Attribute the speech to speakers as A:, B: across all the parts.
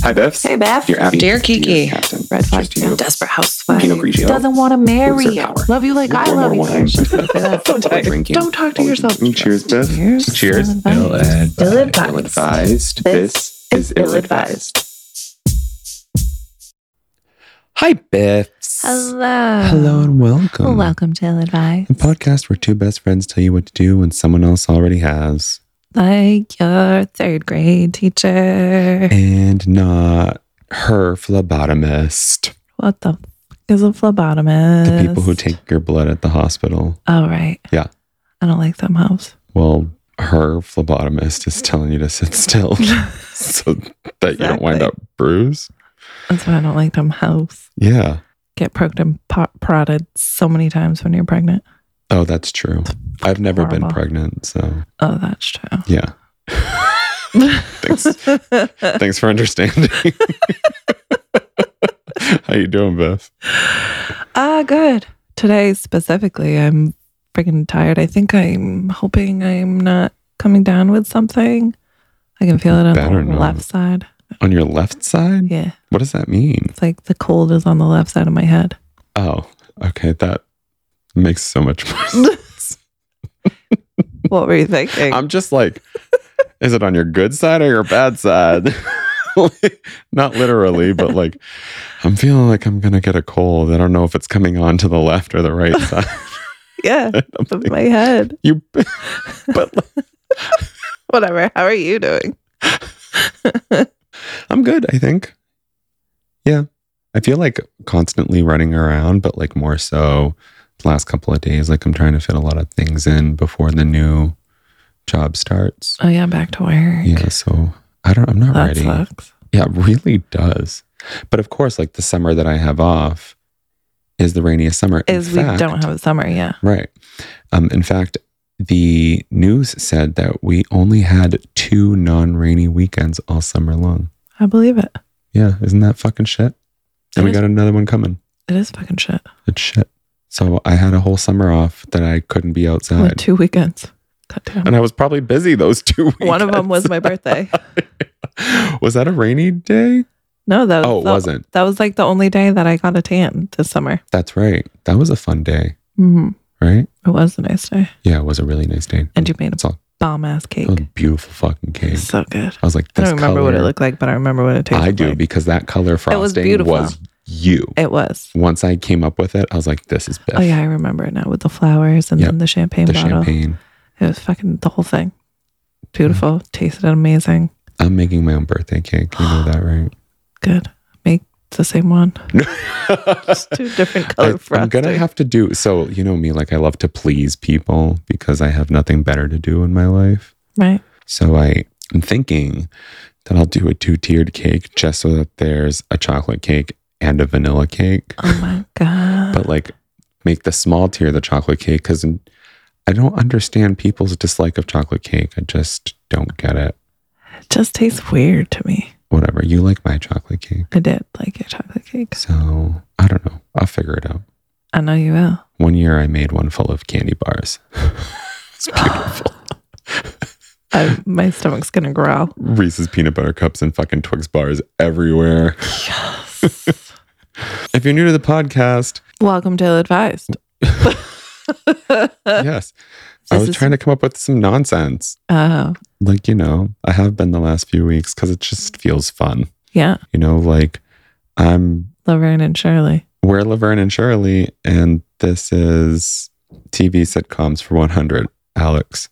A: Hi, Bevs.
B: Hey, Beth.
A: You're Abby.
C: Dear Kiki.
A: You're Captain.
B: Red flag.
A: Just you.
B: Desperate housewife.
A: Pinot Grigio.
B: Doesn't want to marry
A: Loser
B: you.
A: power.
B: Love you like I
A: One more
B: love you.
A: wine.
C: tired.
A: Drinking.
B: Don't talk to
A: Always
B: yourself. Mm,
A: drinking. Cheers, Beth.
B: Cheers.
D: Cheers.
B: Ill
D: Ill
B: advised.
A: Ill-advised. This
B: This
A: is ill-advised.
D: Hi, Biffs.
B: Hello.
D: Hello and welcome.
B: Welcome to Ill Advised.
D: The podcast where two best friends tell you what to do when someone else already has.
B: Like your third grade teacher.
D: And not her phlebotomist.
B: What the fuck is a phlebotomist?
D: The people who take your blood at the hospital.
B: Oh, right.
D: Yeah.
B: I don't like them house.
D: Well, her phlebotomist is telling you to sit still so that you don't wind
B: Exactly.
D: up bruised.
B: That's why I don't like them house.
D: Yeah.
B: Get poked and po- prodded so many times when you're pregnant.
D: Oh, that's true. I've never been
B: Horrible.
D: pregnant, so
B: Oh, that's true.
D: yeah. Thanks. Thanks for understanding. How you doing, Beth?
B: Ah, good. Today specifically, I'm freaking tired. I think I'm hoping I'm not coming down with something. I can feel it on
D: Better
B: the
D: not.
B: left side.
D: On your left side?
B: Yeah.
D: What does that mean?
B: It's like the cold is on the left side of my head.
D: Oh, okay. That makes so much more sense.
B: What were you thinking?
D: I'm just like, is it on your good side or your bad side? Like, Not literally, but like, I'm feeling like I'm going to get a cold. I don't know if it's coming on to the left or the right side.
B: yeah.
D: I'm
B: Of
D: like,
B: my head.
D: you, but like,
B: Whatever. How are you doing?
D: I'm good, I think. Yeah. I feel like constantly running around, but like more so the last couple of days. Like, I'm trying to fit a lot of things in before the new job starts.
B: Oh yeah, back to work.
D: Yeah, so I don't. I'm not
B: that
D: ready.
B: sucks.
D: Yeah, it really does. But of course, like the summer that I have off is the rainiest summer. In
B: Is we don't
D: fact-
B: have a summer, yeah.
D: right. Um, in fact, the news said that we only had two non-rainy weekends all summer long.
B: I believe it.
D: Yeah, isn't that fucking shit? And we
B: It is-
D: got another one coming.
B: It is fucking shit.
D: It's shit. So I had a whole summer off that I couldn't be
B: With
D: outside,
B: two weekends. God damn.
D: and I was probably busy those two. Weekends.
B: One of them was my birthday.
D: was that a rainy day?
B: No, that was
D: Oh, it
B: the-
D: wasn't.
B: That was like the only day that I got a tan this summer.
D: That's right. That was a fun day,
B: hmm
D: right?
B: It was a nice day.
D: Yeah, it was a really nice day.
B: And you made
D: It's all-
B: a bomb ass cake.
D: It was a beautiful fucking cake.
B: So good.
D: I was like,
B: I
D: this
B: don't remember
D: color,
B: what it looked like, but I remember what it tasted
D: I do
B: like.
D: because that color frosting
B: was
D: was,
B: beautiful.
D: you.
B: It was.
D: Once I came up with it, I was like, this is best.
B: Oh, yeah, I remember it now with the flowers and
D: Yep.
B: then the champagne
D: the
B: bottle.
D: champagne. Mm.
B: It was fucking the whole thing. Beautiful. Tasted amazing.
D: I'm making my own birthday cake. You know that, right?
B: Good. Make the same one. Just two different color
D: I, am gonna
B: frosting.
D: have to do so. You know me, like I love to please people because I have nothing better to do in my life.
B: Right.
D: So I am thinking that I'll do a two tiered cake just so that there's a chocolate cake and a vanilla cake.
B: Oh my God.
D: but like make the small tier the chocolate cake because I don't understand people's dislike of chocolate cake. I just don't get it.
B: It just tastes weird to me.
D: Whatever. You like my chocolate cake.
B: I did like your chocolate cake.
D: So I don't know. I'll figure it out.
B: I know you will.
D: One year I made one full of candy bars. it's beautiful.
B: I, my stomach's going to growl.
D: Reese's peanut butter cups and fucking Twix bars everywhere.
B: Yes.
D: If you're new to the podcast,
B: Welcome to Ill Advised. Uh,
D: yes. I was trying to come up with some nonsense.
B: Oh,
D: Like, you know, I have been the last few weeks because it just feels fun.
B: yeah.
D: You know, like I'm
B: Laverne and Shirley.
D: We're Laverne and Shirley, and this is TV sitcoms for 100. Alex.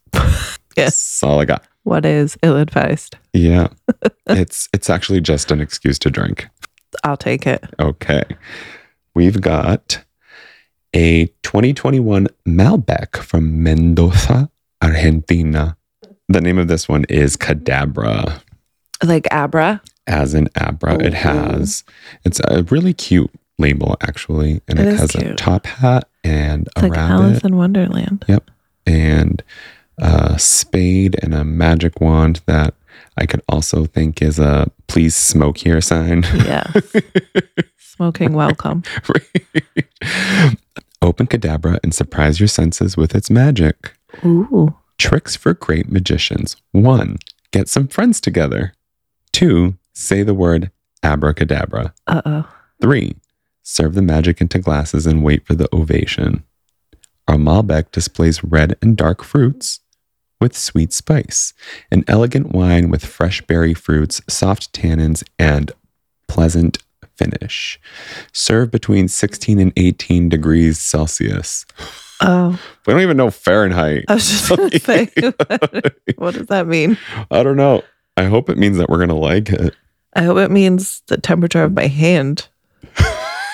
D: That's all I got.
B: What is ill advised?
D: Yeah. it's it's actually just an excuse to drink.
B: I'll take it.
D: Okay. We've got a 2021 Malbec from Mendoza, Argentina. The name of this one is Cadabra,
B: Like Abra.
D: as in Abra. It
B: Ooh.
D: has, it's a really cute label, actually. And
B: It
D: it,
B: is
D: has a
B: cute.
D: top hat and
B: It's
D: a
B: like
D: rabbit.
B: Alice in Wonderland.
D: and a spade and a magic wand that I could also think is a please smoke here sign.
B: Yeah. Smoking welcome.
D: Open Cadabra and surprise your senses with its magic.
B: Ooh.
D: Tricks for great magicians. One, get some friends together. Two, say the word Abracadabra.
B: Uh oh.
D: Three, serve the magic into glasses and wait for the ovation. Our Malbec displays red and dark fruits with sweet spice, an elegant wine with fresh berry fruits, soft tannins, and pleasant finish. Serve between 16 and 18 degrees Celsius.
B: Oh,
D: We don't even know Fahrenheit.
B: I was just gonna say, what does that mean?
D: I don't know. I hope it means that we're going to like it.
B: I hope it means the temperature of my hand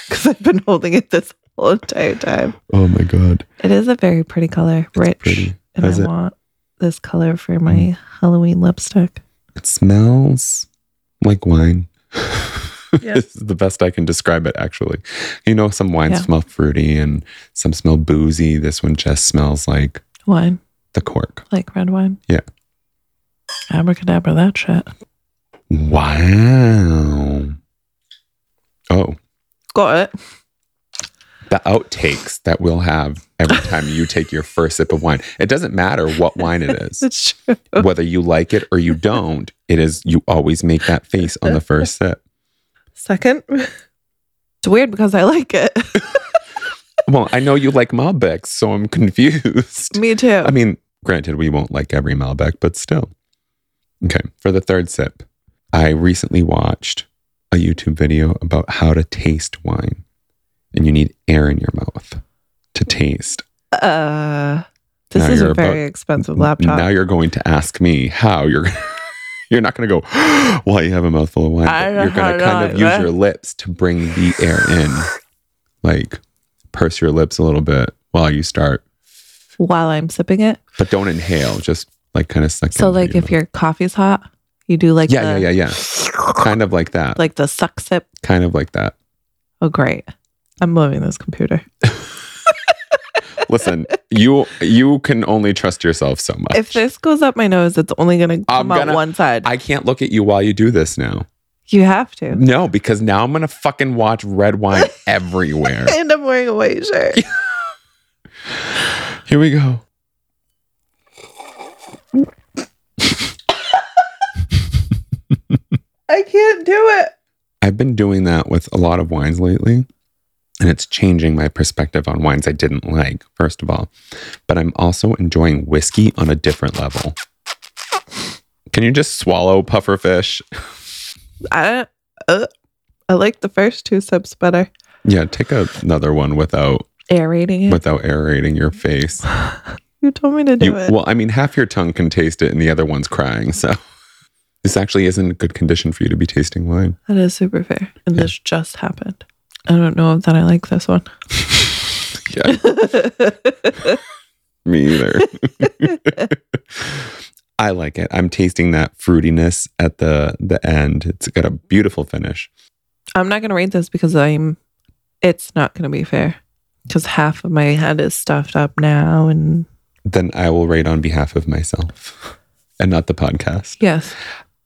B: because I've been holding it this whole entire time.
D: Oh my God.
B: It is a very pretty color,
D: It's
B: rich,
D: pretty.
B: and
D: Is
B: I
D: it- Mm.
B: want this color for my Halloween lipstick.
D: It smells like wine.
B: Yeah.
D: this is the best I can describe it, actually. You know, some wines
B: Yeah.
D: smell fruity and some smell boozy. This one just smells like
B: Wine,
D: the cork.
B: like red wine.
D: Yeah.
B: Abracadabra, that shit.
D: Wow. Oh,
B: Got it.
D: the outtakes that we'll have every time you take your first sip of wine. It doesn't matter what wine it is.
B: It's true.
D: Whether you like it or you don't, it is you always make that face on the first sip.
B: Second, it's weird because I like it.
D: Well, I know you like Malbecs, so I'm confused.
B: Me too.
D: I mean, granted, we won't like every Malbec, but still. Okay, for the third sip, I recently watched a YouTube video about how to taste wine, and you need air in your mouth to taste.
B: Uh, this
D: Now
B: is
D: you're
B: a
D: about-
B: very expensive laptop.
D: Now you're going to ask me how you're. You're not going to go while you have a mouthful of wine.
B: I
D: but
B: don't
D: You're going
B: know
D: to kind of
B: how-
D: use your lips to bring the air in, like purse your lips a little bit while you start,
B: While I'm sipping it,
D: but don't inhale. Just like kind of suck.
B: so like if
D: you're
B: your coffee's hot, you do like
D: yeah,
B: the,
D: yeah, yeah, yeah. kind of like that.
B: like the suck sip.
D: kind of like that.
B: Oh, great! I'm moving this computer.
D: Listen, you you can only trust yourself so much.
B: If this goes up my nose, it's only gonna come out
D: gonna-
B: one side.
D: I can't look at you while you do this now.
B: you have to.
D: No, because now I'm gonna fucking watch red wine everywhere.
B: And I'm wearing a white shirt.
D: Here we go.
B: I can't do it.
D: I've been doing that with a lot of wines lately, and it's changing my perspective on wines I didn't like, first of all. But I'm also enjoying whiskey on a different level. Can you just swallow pufferfish?
B: I don't. Uh, I like the first two sips better.
D: Yeah, take another one without
B: Aerating it.
D: without aerating your face.
B: you told me to do
D: You,
B: it.
D: well, I mean, half your tongue can taste it, and the other one's crying. So this actually isn't a good condition for you to be tasting wine.
B: That is super fair. And
D: Yeah.
B: this just happened. I don't know that I like this one.
D: Yeah, me either. I like it. I'm tasting that fruitiness at the the end. It's got a beautiful finish.
B: I'm not going to rate this because I'm, it's not going to be fair because half of my head is stuffed up now. And
D: Then I will rate on behalf of myself and not the podcast.
B: yes,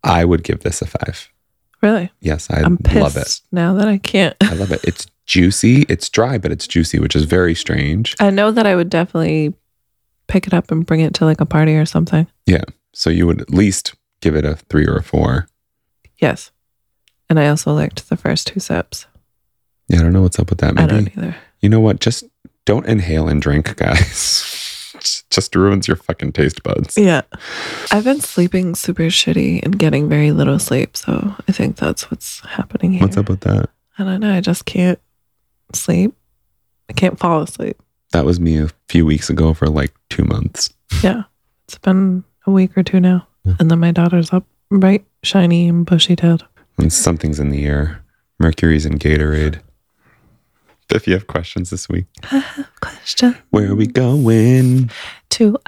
D: I would give this a five.
B: really,
D: Yes, I
B: I am pissed
D: love it.
B: now that I can't.
D: I love it. It's juicy. It's dry, but it's juicy, which is very strange.
B: I know that I would definitely pick it up and bring it to like a party or something.
D: So you would at least give it a three or a four.
B: Yes. And I also liked the first two sips.
D: Yeah, I don't know what's up with that.
B: I
D: Maybe
B: don't e-, either.
D: you know what? Just don't inhale and drink, guys. Just ruins your fucking taste buds.
B: Yeah. I've been sleeping super shitty and getting very little sleep. So I think that's what's happening here.
D: What's up with that?
B: I don't know. I just can't sleep. I can't fall asleep.
D: That was me a few weeks ago for like two months.
B: It's been a week or two now.
D: Yeah.
B: And then my daughter's up bright, shiny, and bushy tailed.
D: And something's in the air. Mercury's in Gatorade. If you have questions this week,
B: Question
D: where are we going?
B: to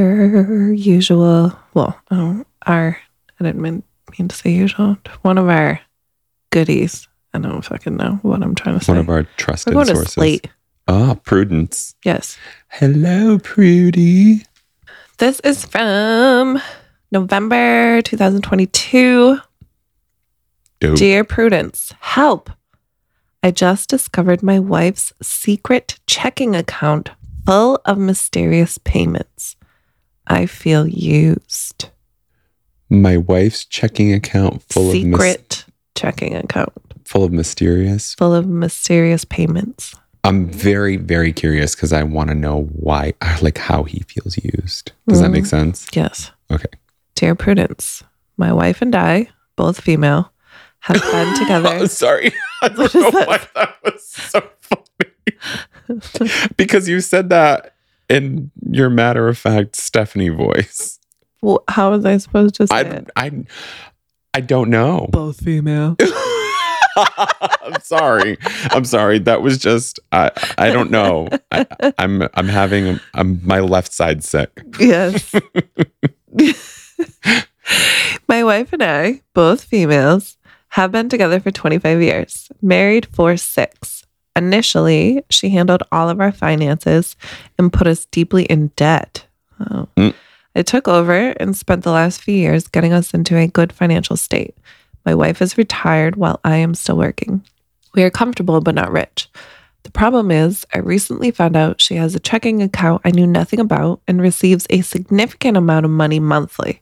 B: our usual, well, um, our, I didn't mean, mean to say usual, one of our goodies. I don't fucking know what I'm trying to say.
D: One of our
B: We're
D: trusted
B: going to
D: sources.
B: Slate.
D: Ah, Prudence.
B: Yes.
D: Hello, Prudy.
B: This is from November 2022.
D: Dope.
B: Dear Prudence, help. I just discovered my wife's secret checking account full of mysterious payments. I feel used.
D: My wife's checking account full of mis-
B: secret checking account
D: full of mysterious.
B: full of mysterious payments.
D: I'm very, very curious because I want to know why, like how he feels used. Does that make
B: Mm.
D: sense?
B: Yes.
D: Okay.
B: Dear Prudence, my wife and I, both female, have been
D: Oh,
B: together.
D: sorry. I
B: What
D: don't
B: is
D: know
B: that?
D: why that was so funny. because you said that in your matter of fact Stephanie voice.
B: well, how was I supposed to say
D: I
B: it?
D: I I don't know.
B: Both female.
D: I'm sorry. I'm sorry. That was just I I don't know. I, I'm I'm having I'm my left side sick.
B: Yes. my wife and I, both females, have been together for 25 years, married for six. Initially, she handled all of our finances and put us deeply in debt. Oh.
D: Mm.
B: I took over and spent the last few years getting us into a good financial state. My wife is retired while I am still working. We are comfortable but not rich. The problem is, I recently found out she has a checking account I knew nothing about and receives a significant amount of money monthly.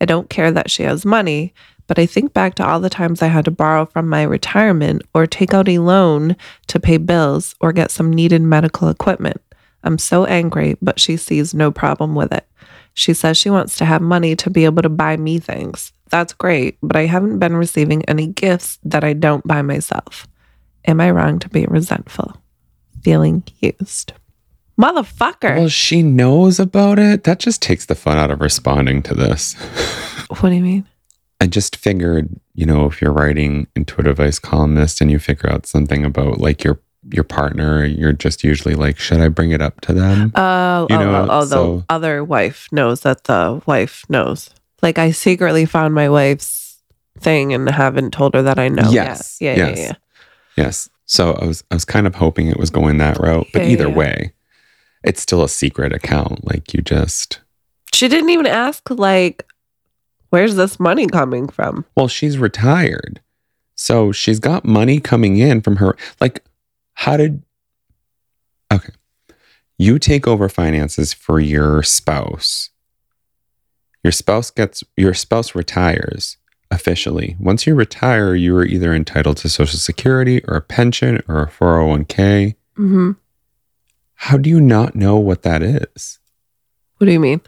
B: I don't care that she has money, but I think back to all the times I had to borrow from my retirement or take out a loan to pay bills or get some needed medical equipment. I'm so angry, but she sees no problem with it. She says she wants to have money to be able to buy me things. That's great, but I haven't been receiving any gifts that I don't buy myself. Am I wrong to be resentful? Feeling used. Motherfucker.
D: Well, she knows about it. That just takes the fun out of responding to this.
B: what do you mean?
D: I just figured, you know, if you're writing intuitive advice columnist and you figure out something about like your your partner, you're just usually like, should I bring it up to them?
B: Oh,
D: You
B: oh,
D: know,
B: oh, oh,
D: so-
B: the other wife knows that the wife knows. Like I secretly found my wife's thing and haven't told her that I know.
D: Yes,
B: Yeah. Yeah.
D: yes.
B: Yeah. yeah.
D: Yes. So I was I was kind of hoping it was going that route, but
B: Yeah,
D: either
B: yeah.
D: way, it's still a secret account. Like you just
B: She didn't even ask like, where's this money coming from?
D: well, she's retired. So she's got money coming in from her like how did Okay. You take over finances for your spouse. Your spouse gets your spouse retires officially. Once you retire, you are either entitled to social security or a pension or a 401k.
B: Mm-hmm.
D: How do you not know what that is?
B: What do you mean?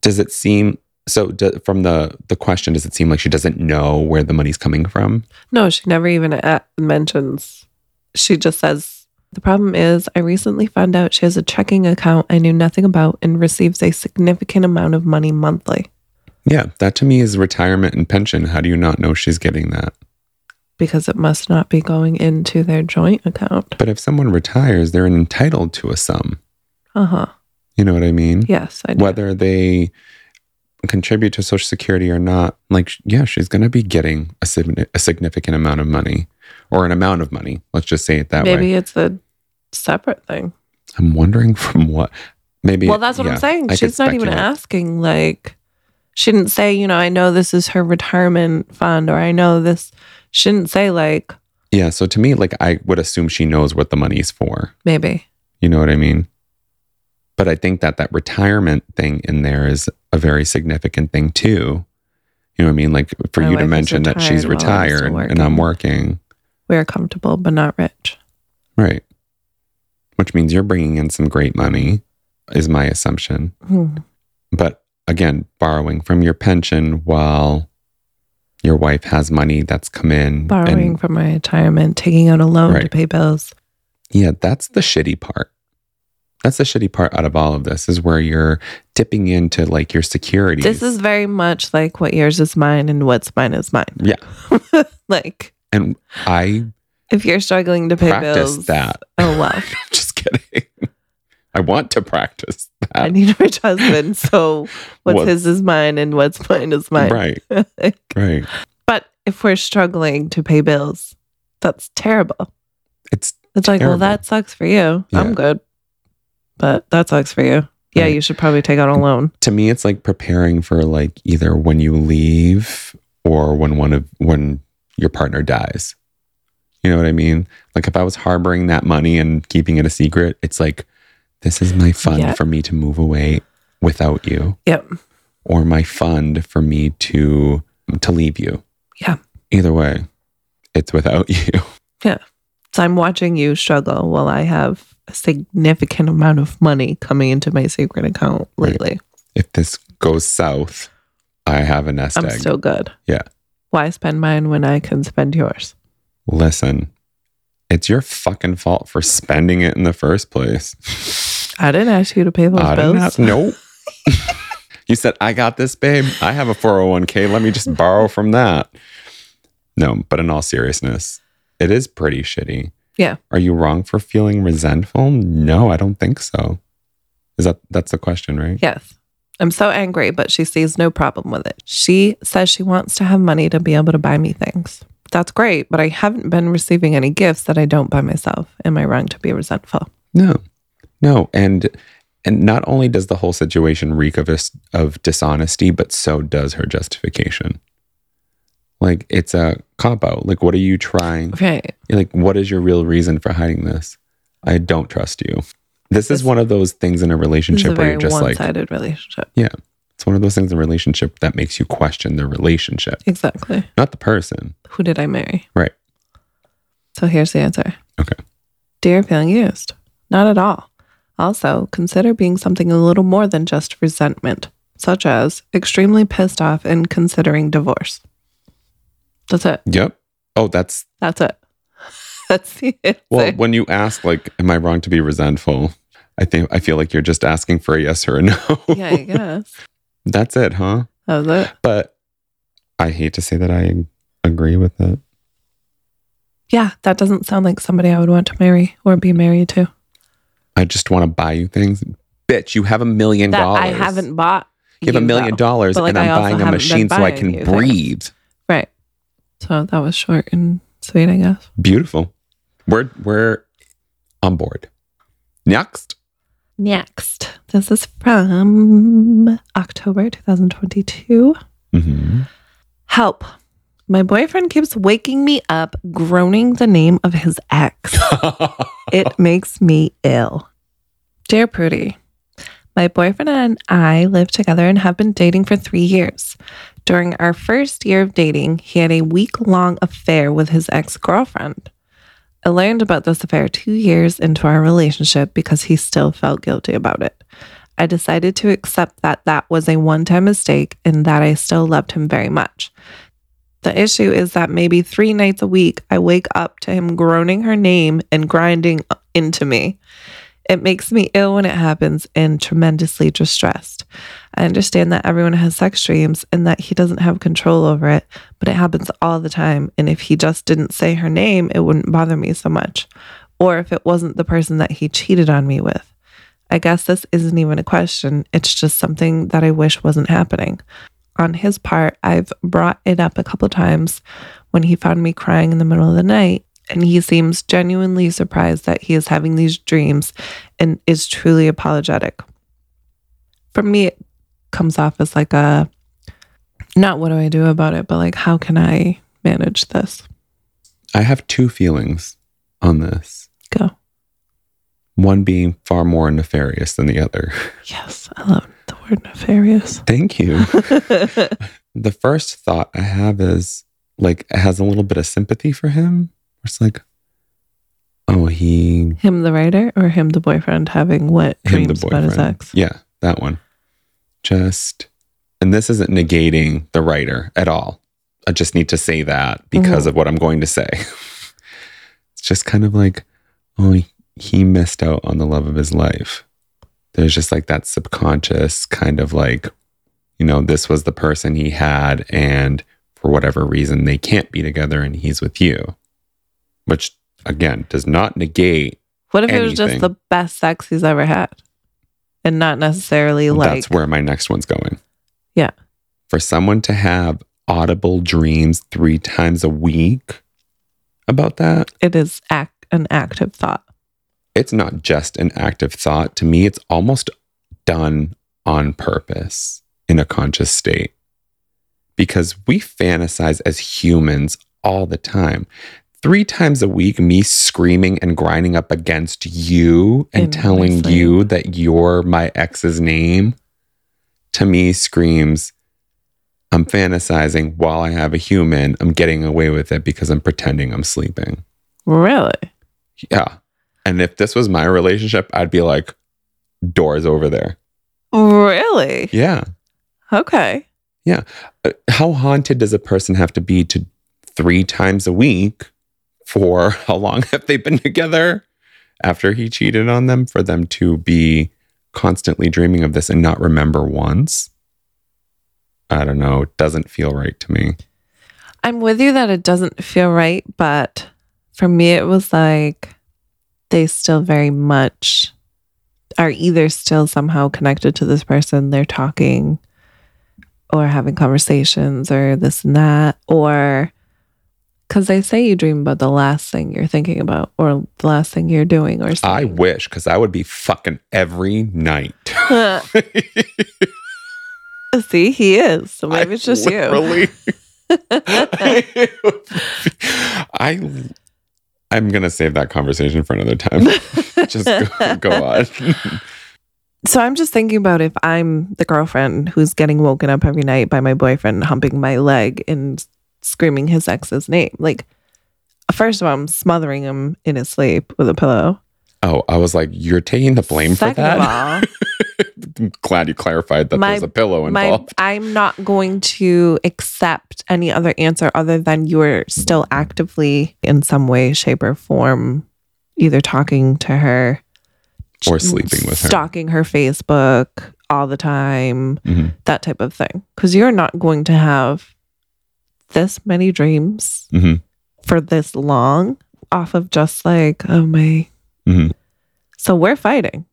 D: does it seem so do, from the the question does it seem like she doesn't know where the money's coming from
B: No, she never even a mentions. She just says, The problem is, I recently found out she has a checking account I knew nothing about and receives a significant amount of money monthly
D: yeah that to me is retirement and pension how do you not know she's getting that
B: because it must not be going into their joint account.
D: but if someone retires they're entitled to a sum
B: Uh huh.
D: you know what i mean
B: Yes, I do.
D: whether they contribute to social security or not like sh- yeah she's going to be getting a, signi- a significant amount of money or an amount of money let's just say it that
B: Maybe
D: way
B: it's a separate thing.
D: i'm wondering from what maybe
B: well, that's what
D: yeah,
B: I'm saying.
D: I could
B: She's not even
D: speculate.
B: asking. Like, she didn't say, you know, I know this is her retirement fund, or I know this. She didn't say like
D: yeah so to me like i would assume she knows what the money's for
B: maybe.
D: You know what I mean? But I think that that retirement thing in there is a very significant thing too. You know what I mean? Like for
B: My
D: you to
B: wife is
D: mention that she's
B: retired while I'm still
D: retired and I'm working,
B: We are comfortable but not rich.
D: right? Which means you're bringing in some great money, is my assumption.
B: Hmm.
D: But again, borrowing from your pension while your wife has money that's come in.
B: Borrowing
D: And
B: from my retirement, taking out a loan to
D: Right.
B: pay bills.
D: yeah, that's the shitty part. That's the shitty part out of all of this is where you're dipping into like your securities.
B: This is very much like what yours is mine and what's mine is mine.
D: Yeah.
B: like
D: And I
B: if you're struggling to pay
D: practice
B: bills,
D: that.
B: Oh well,
D: Just kidding. I want to practice
B: I
D: that.
B: need a rich husband, so what's
D: What-
B: his is mine and what's mine is mine.
D: Right, right.
B: But if we're struggling to pay bills, that's terrible.
D: It's
B: It's like, well,
D: Terrible.
B: that sucks for you.
D: Yeah.
B: I'm good. But that sucks for you. Yeah,
D: Right.
B: you should probably take out a loan.
D: to me, it's like preparing for like either when you leave or when one of when your partner dies. You know what I mean? Like if I was harboring that money and keeping it a secret, it's like this is my fund
B: Yeah.
D: for me to move away without you.
B: Yep.
D: Or my fund for me to to leave you.
B: Yeah.
D: Either way, it's without you.
B: So I'm watching you struggle while I have a significant amount of money coming into my secret account
D: Right.
B: lately.
D: If this goes south, I have a nest
B: I'm
D: egg.
B: still good.
D: Yeah.
B: Why spend mine when I can spend yours?
D: Listen, it's your fucking fault for spending it in the first place.
B: I didn't ask you to pay those
D: I
B: bills.
D: don't have, nope. you said, I got this, babe. I have a 401k. Let me just borrow from that. No, but in all seriousness, it is pretty shitty.
B: Yeah.
D: Are you wrong for feeling resentful? No, I don't think so. Is that that's the question, right?
B: Yes. I'm so angry, but she sees no problem with it. She says she wants to have money to be able to buy me things. That's great, but I haven't been receiving any gifts that I don't buy myself. Am I wrong to be resentful?
D: No, no, and and not only does the whole situation reek of us of dishonesty, but so does her justification. Like it's a cop out. Like, what are you trying?
B: Right.
D: Like, what is your real reason for hiding this? I don't trust you. This is
B: This-
D: one of those things in a
B: This is a
D: relationship where
B: very
D: you're just
B: one
D: like,
B: sided relationship.
D: it's one of those things in a relationship that makes you question the relationship,
B: Exactly.
D: not the person.
B: Who did I marry?
D: Right.
B: So here's the answer.
D: Okay.
B: Dear feeling used? Not at all. Also, consider being something a little more than just resentment, such as extremely pissed off and considering divorce. That's it.
D: Yep. Oh, that's
B: That's it. That's the answer.
D: Well, when you ask, like, am I wrong to be resentful? I think I feel like you're just asking for a yes or a no.
B: yeah, I guess.
D: That's it, huh?
B: That was it.
D: But I hate to say that I agree with it.
B: Yeah, that doesn't sound like somebody I would want to marry or be married to.
D: I just want to buy you things. Bitch, you have a million
B: That
D: dollars.
B: I haven't bought.
D: You have a million
B: though.
D: dollars
B: But, like,
D: and
B: I
D: I'm
B: also
D: buying a
B: haven't been
D: machine so I
B: buying
D: can
B: you things.
D: breathe.
B: Right. So that was short and sweet, I guess.
D: Beautiful. We're we're on board. Next.
B: Next. This is from October 2022.
D: Mhm.
B: Help. My boyfriend keeps waking me up, groaning the name of his ex. It makes me ill. Dear Prudy, my boyfriend and I live together and have been dating for three years. During our first year of dating, he had a week long affair with his ex girlfriend. I learned about this affair two years into our relationship because he still felt guilty about it. I decided to accept that that was a one time mistake and that I still loved him very much. The issue is that maybe three nights a week, I wake up to him groaning her name and grinding into me. It makes me ill when it happens and tremendously distressed. I understand that everyone has sex dreams and that he doesn't have control over it, but it happens all the time. And if he just didn't say her name, it wouldn't bother me so much. Or if it wasn't the person that he cheated on me with. I guess this isn't even a question. It's just something that I wish wasn't happening. On his part, I've brought it up a couple times when he found me crying in the middle of the night, and he seems genuinely surprised that he is having these dreams and is truly apologetic. For me, it comes off as like a not what do I do about it, but like how can I manage this?
D: I have two feelings on this.
B: Go.
D: One being far more nefarious than the other.
B: Yes, I love the word nefarious.
D: Thank you. the first thought I have is like it has a little bit of sympathy for him. It's like, oh, he
B: him, the writer, or him, the boyfriend, having what
D: him the
B: dreams about his
D: boyfriend.
B: ex?
D: Yeah, that one. Just and this isn't negating the writer at all. I just need to say that because
B: Mm-hmm.
D: of what I'm going to say. it's just kind of like, oh, he missed out on the love of his life. There's just like that subconscious kind of like, you know, this was the person he had, and for whatever reason, they can't be together and he's with you, which again does not negate
B: What if it was just
D: Anything.
B: the best sex he's ever had? And not necessarily like
D: that's where my next one's going.
B: Yeah.
D: For someone to have audible dreams three times a week about that,
B: it is act an active thought.
D: it's not just an active thought. To me, it's almost done on purpose in a conscious state because we fantasize as humans all the time. Three times a week, me screaming and grinding up against you and
B: In my
D: telling
B: sleep.
D: you that you're my ex's name to me screams, I'm fantasizing while I have a human. I'm getting away with it because I'm pretending I'm sleeping.
B: Really?
D: Yeah. And if this was my relationship, I'd be like, doors over there.
B: Really?
D: Yeah.
B: Okay.
D: Uh, How haunted does a person have to be to three times a week for how long have they been together after he cheated on them for them to be constantly dreaming of this and not remember once? I don't know. It doesn't feel right to me.
B: I'm with you that it doesn't feel right, but for me, it was like they still very much are either still somehow connected to this person, they're talking or having conversations or this and that, or because they say you dream about the last thing you're thinking about or the last thing you're doing or
D: I
B: something.
D: wish because I would be fucking every night.
B: See, he is. So maybe it's just you.
D: literally- I I'm gonna save that conversation for another time. Just go, go on.
B: So I'm just thinking about if I'm the girlfriend who's getting woken up every night by my boyfriend humping my leg and screaming his ex's name. Like, first of all, I'm smothering him in his sleep with a pillow.
D: Oh, I was like, you're taking the blame for
B: Second
D: that.
B: of
D: I'm glad you clarified that
B: My-
D: there's a pillow
B: all, my,
D: involved.
B: I'm not going to accept any other answer other than you are still actively, in some way, shape, or form, either talking to her
D: Or sleeping with her.
B: stalking her Facebook all the time,
D: Mhm.
B: that type of thing. Because you're not going to have this many dreams
D: Mhm.
B: for this long off of just like, oh my.
D: Mhm.
B: So we're fighting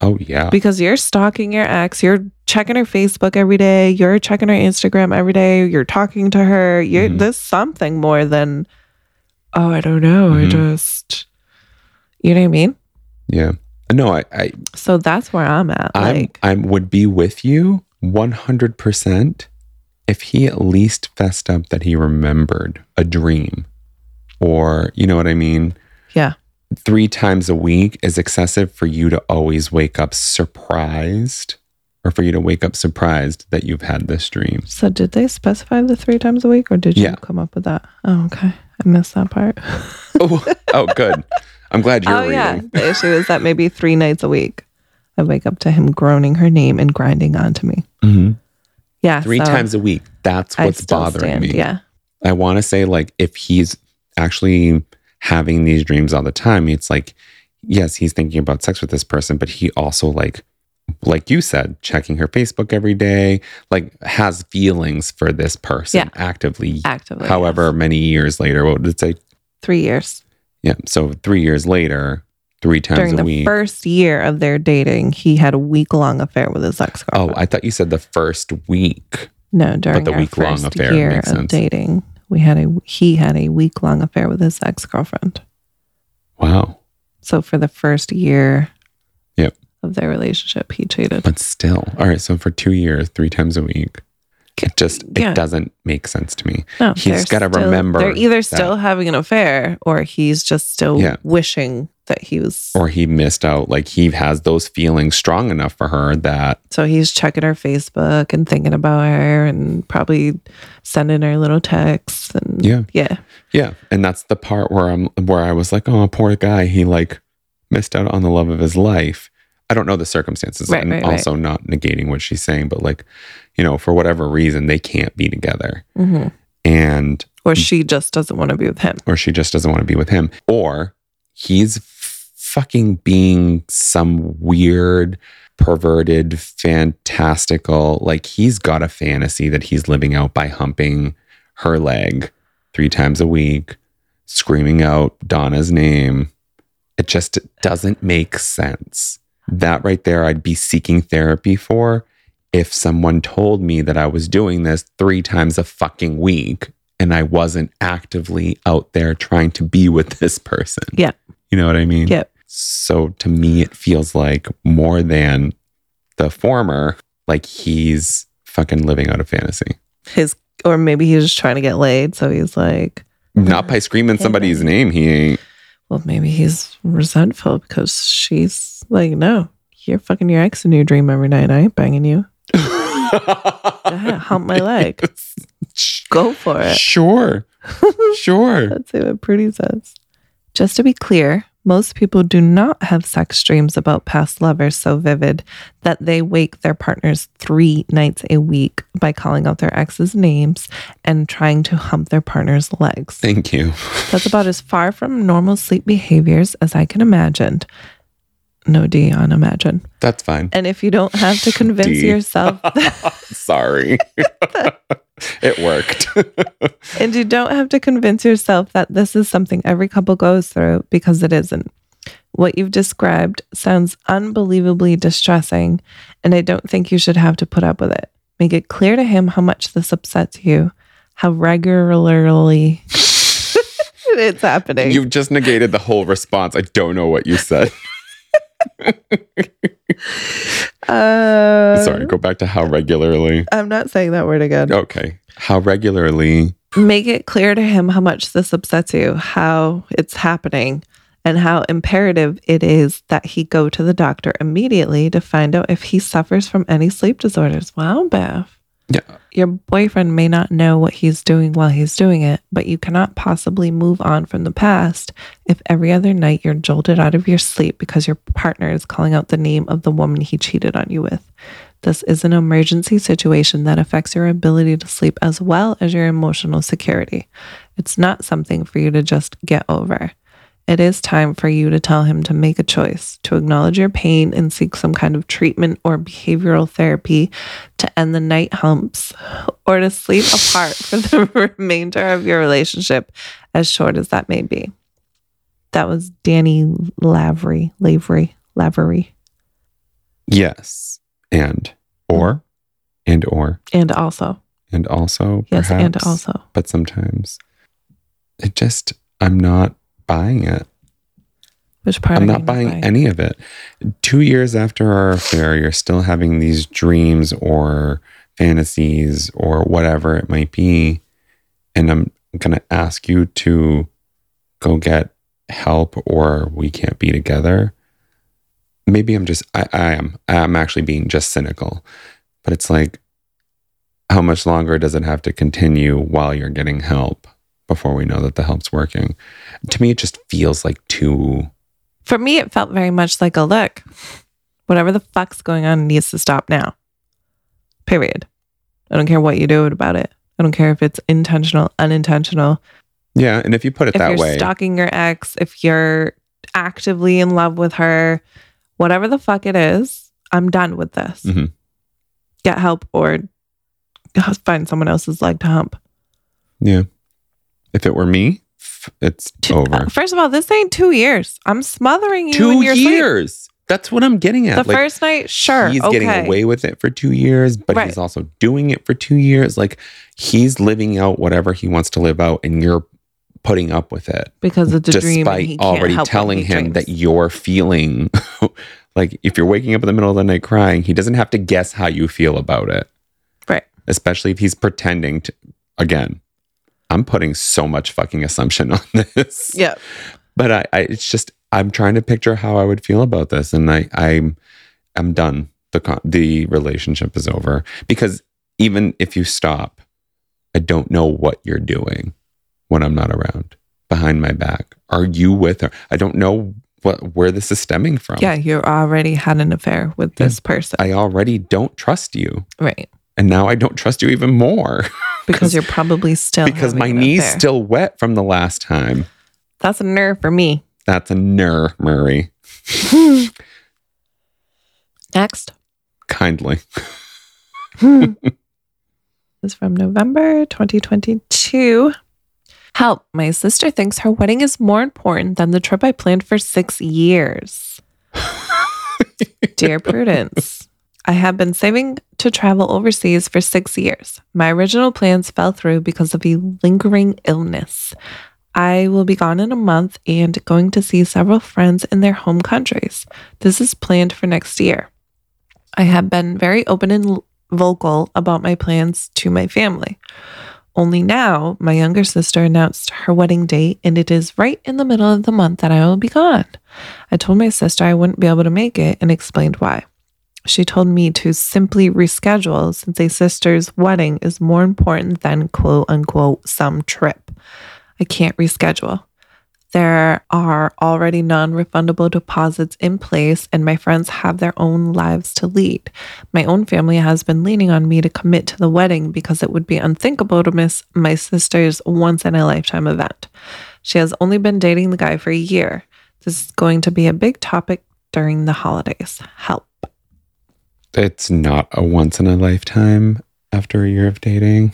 D: Oh yeah.
B: because you're stalking your ex, you're checking her Facebook every day, you're checking her Instagram every day, you're talking to her. You're
D: Mhm.
B: there's something more than, oh, I don't know, I
D: Mhm.
B: just, you know what I mean.
D: Yeah. No, I I
B: So that's where I'm at.
D: I'm,
B: like,
D: I would be with you 100% if he at least fessed up that he remembered a dream or, you know what I mean?
B: Yeah.
D: Three times a week is excessive for you to always wake up surprised or for you to wake up surprised that you've had this dream.
B: So did they specify the three times a week or did you
D: Yeah.
B: come up with that? Oh, okay. I missed that part.
D: Oh, oh good. I'm glad you're
B: oh,
D: reading.
B: yeah. The issue is that maybe three nights a week I wake up to him groaning her name and grinding onto me.
D: Mhm.
B: Yeah.
D: Three
B: Mm-hmm. so
D: times a week. That's
B: I
D: what's
B: still
D: bothering
B: stand-
D: me.
B: Yeah.
D: I want to say like if he's actually having these dreams all the time, it's like yes, he's thinking about sex with this person, but he also like like you said, checking her Facebook every day, like has feelings for this person
B: Yeah.
D: actively.
B: Actively. yes.
D: however many years later, what would it say?
B: three years.
D: Yeah, so three years later, three times
B: During
D: a
B: the
D: week.
B: first year of their dating, he had a week long affair with his ex
D: oh,
B: girlfriend.
D: I thought you said the first week.
B: no, during
D: the
B: our
D: week-long
B: first
D: affair
B: year
D: makes
B: of
D: sense.
B: dating, we had a he had a week long affair with his ex girlfriend.
D: Wow,
B: So for the first year
D: Yep.
B: of their relationship, he cheated.
D: but still, all right. So for two years, three times a week, it just
B: Yeah.
D: it doesn't make sense to me.
B: No,
D: He's
B: they're
D: gotta
B: still-
D: remember
B: They're either
D: that.
B: still having an affair or he's just still
D: Yeah.
B: wishing that he was.
D: or he missed out like he has those feelings strong enough for her that
B: so he's checking her Facebook and thinking about her and probably sending her little texts and
D: Yeah.
B: yeah,
D: yeah and that's the part where i'm where i was like oh poor guy he like missed out on the love of his life i don't know the circumstances
B: Right,
D: and
B: right, right.
D: also not negating what she's saying but like you know for whatever reason they can't be together
B: hmm
D: and
B: or she just doesn't want to be with him.
D: or she just doesn't want to be with him or he's f- fucking being some weird perverted fantastical like he's got a fantasy that he's living out by humping her leg three times a week screaming out donna's name it just doesn't make sense that right there i'd be seeking therapy for if someone told me that i was doing this three times a fucking week and I wasn't actively out there trying to be with this person.
B: Yeah.
D: You know what I mean?
B: Yep.
D: So to me, it feels like more than the former, like he's fucking living out a fantasy.
B: His or maybe he's just trying to get laid, so he's like,
D: Not by screaming
B: Hey,
D: somebody's
B: buddy.
D: name, he ain't.
B: well, maybe he's resentful because she's like, no, you're fucking your ex in your dream every night. I ain't banging you. Yeah, hump my leg. Go for it.
D: Sure. Sure.
B: Let's see what Prudy says. Just to be clear, most people do not have sex dreams about past lovers so vivid that they wake their partners three nights a week by calling out their ex's names and trying to hump their partner's legs.
D: Thank you.
B: That's about as far from normal sleep behaviors as I can imagine. No D on imagine.
D: That's fine.
B: And if you don't have to convince
D: D.
B: yourself
D: Sorry. it worked.
B: And you don't have to convince yourself that this is something every couple goes through because it isn't. What you've described sounds unbelievably distressing, and I don't think you should have to put up with it. Make it clear to him how much this upsets you, how regularly it's happening.
D: You've just negated the whole response. I don't know what you said.
B: uh,
D: Sorry. Go back to how regularly.
B: I'm not saying that word again.
D: Okay. How regularly.
B: Make it clear to him how much this upsets you, how it's happening, and how imperative it is that he go to the doctor immediately to find out if he suffers from any sleep disorders. Wow, Beth.
D: Yeah.
B: Your boyfriend may not know what he's doing while he's doing it, but you cannot possibly move on from the past if every other night you're jolted out of your sleep because your partner is calling out the name of the woman he cheated on you with. This is an emergency situation that affects your ability to sleep as well as your emotional security. It's not something for you to just get over. It is time for you to tell him to make a choice, to acknowledge your pain and seek some kind of treatment or behavioral therapy to end the night humps or to sleep apart for the remainder of your relationship, as short as that may be. That was Danny Lavery, Lavery, Lavery,
D: Yes. And or and or
B: and also,
D: and also
B: yes, and
D: perhaps.
B: also.
D: but sometimes it just I'm not buying it.
B: Which part?
D: I'm
B: are you
D: not buying any of it. Two years after our affair, you're still having these dreams or fantasies or whatever it might be. And I'm going to ask you to go get help or we can't be together. Maybe I'm just, I, I am, I'm actually being just cynical. But it's like, how much longer does it have to continue while you're getting help before we know that the help's working? To me, it just feels like too.
B: For me, it felt very much like a look. Whatever the fuck's going on needs to stop now. Period. I don't care what you do about it. I don't care if it's intentional, unintentional.
D: Yeah, and if you put it
B: if
D: that
B: you're
D: way,
B: stalking your ex, if you're actively in love with her, whatever the fuck it is, I'm done with this.
D: Mhm.
B: Get help or find someone else's leg to hump.
D: yeah. If it were me, f- it's
B: Two-
D: over.
B: uh, first of all, this ain't two years. I'm smothering you in
D: Two
B: your sleep.
D: years. That's what I'm getting
B: The
D: at. like,
B: first night, sure,
D: he's
B: okay.
D: getting away with it for two years, but
B: Right.
D: he's also doing it for two years. Like he's living out whatever he wants to live out, and you're putting up with it,
B: because it's a dream and
D: despite
B: he can't
D: already
B: help what
D: telling
B: he
D: him that
B: dreams.
D: you're feeling. like if you're waking up in the middle of the night crying, he doesn't have to guess how you feel about it.
B: right
D: especially if he's pretending to again i'm putting so much fucking assumption on this
B: yeah
D: but I, I it's just i'm trying to picture how i would feel about this and i i'm i'm done the con- the relationship is over because even if you stop i don't know what you're doing when i'm not around behind my back are you with her i don't know what where this is stemming from
B: yeah you already had an affair with
D: Yeah.
B: this person
D: i already don't trust you
B: right
D: and now i don't trust you even more
B: because you're probably still
D: because
B: having
D: my
B: an
D: knee's
B: affair.
D: still wet from the last time.
B: that's a nerve for me
D: That's a ner, Murray.
B: next
D: Kindly.
B: Hmm. This is from November 2022. Help. My sister thinks her wedding is more important than the trip I planned for six years. Dear Prudence, I have been saving to travel overseas for six years. My original plans fell through because of a lingering illness. I will be gone in a month and going to see several friends in their home countries. This is planned for next year. I have been very open and vocal about my plans to my family. Only now, my younger sister announced her wedding date, and it is right in the middle of the month that I will be gone. I told my sister I wouldn't be able to make it and explained why. She told me to simply reschedule since a sister's wedding is more important than quote unquote some trip. I can't reschedule. There are already non refundable deposits in place, and my friends have their own lives to lead. My own family has been leaning on me to commit to the wedding because it would be unthinkable to miss my sister's once in a lifetime event. She has only been dating the guy for a year. This is going to be a big topic during the holidays. Help.
D: It's not a once in a lifetime after a year of dating.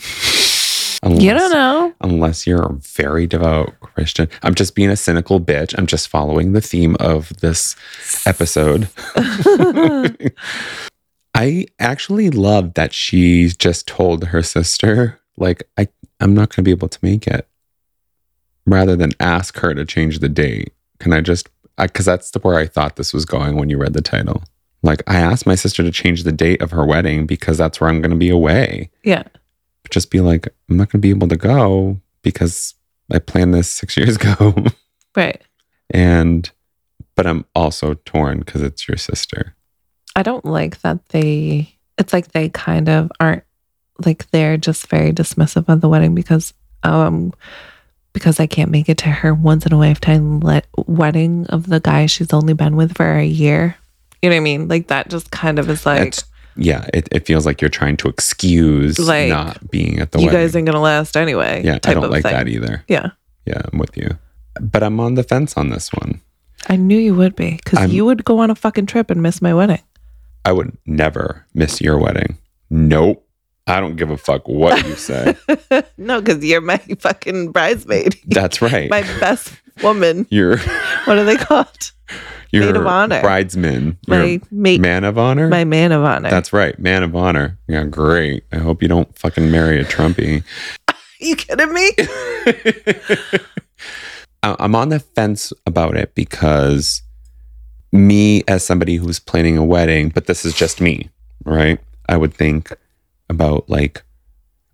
D: Unless,
B: You don't know.
D: Unless you're a very devout Christian. I'm just being a cynical bitch. I'm just following the theme of this episode. I actually love that she just told her sister, like, I, I'm not going to be able to make it. Rather than ask her to change the date, can I just, because that's the where I thought this was going when you read the title. Like, I asked my sister to change the date of her wedding because that's where I'm going to be away.
B: Yeah.
D: But just be like, I'm not going to be able to go because I planned this six years ago.
B: Right.
D: and, but I'm also torn because it's your sister.
B: I don't like that they, it's like they kind of aren't, like they're just very dismissive of the wedding because, um, because I can't make it to her once in a lifetime le- wedding of the guy she's only been with for a year. You know what I mean? Like that just kind of is like,
D: That's- yeah, it, it feels like you're trying to excuse
B: Like,
D: not being at the
B: you
D: wedding.
B: guys ain't going to last anyway.
D: yeah, I
B: type
D: don't
B: of
D: like
B: thing.
D: that e- either.
B: Yeah.
D: Yeah, I'm with you. But I'm on the fence on this one.
B: I knew you would be because
D: I'm-
B: you would go on a fucking trip and miss my wedding.
D: I would never miss your wedding. Nope. I don't give a fuck what you say.
B: no, because you're my fucking bridesmaid.
D: That's right.
B: my best woman.
D: you're
B: What are they called?
D: you're
B: of honor.
D: bridesman.
B: My
D: You're
B: mate,
D: man of honor.
B: my man of honor.
D: That's right, man of honor. Yeah, great. I hope you don't fucking marry a Trumpy.
B: Are you kidding me?
D: I- I'm on the fence about it because me as somebody who's planning a wedding, but this is just me, right? I would think about like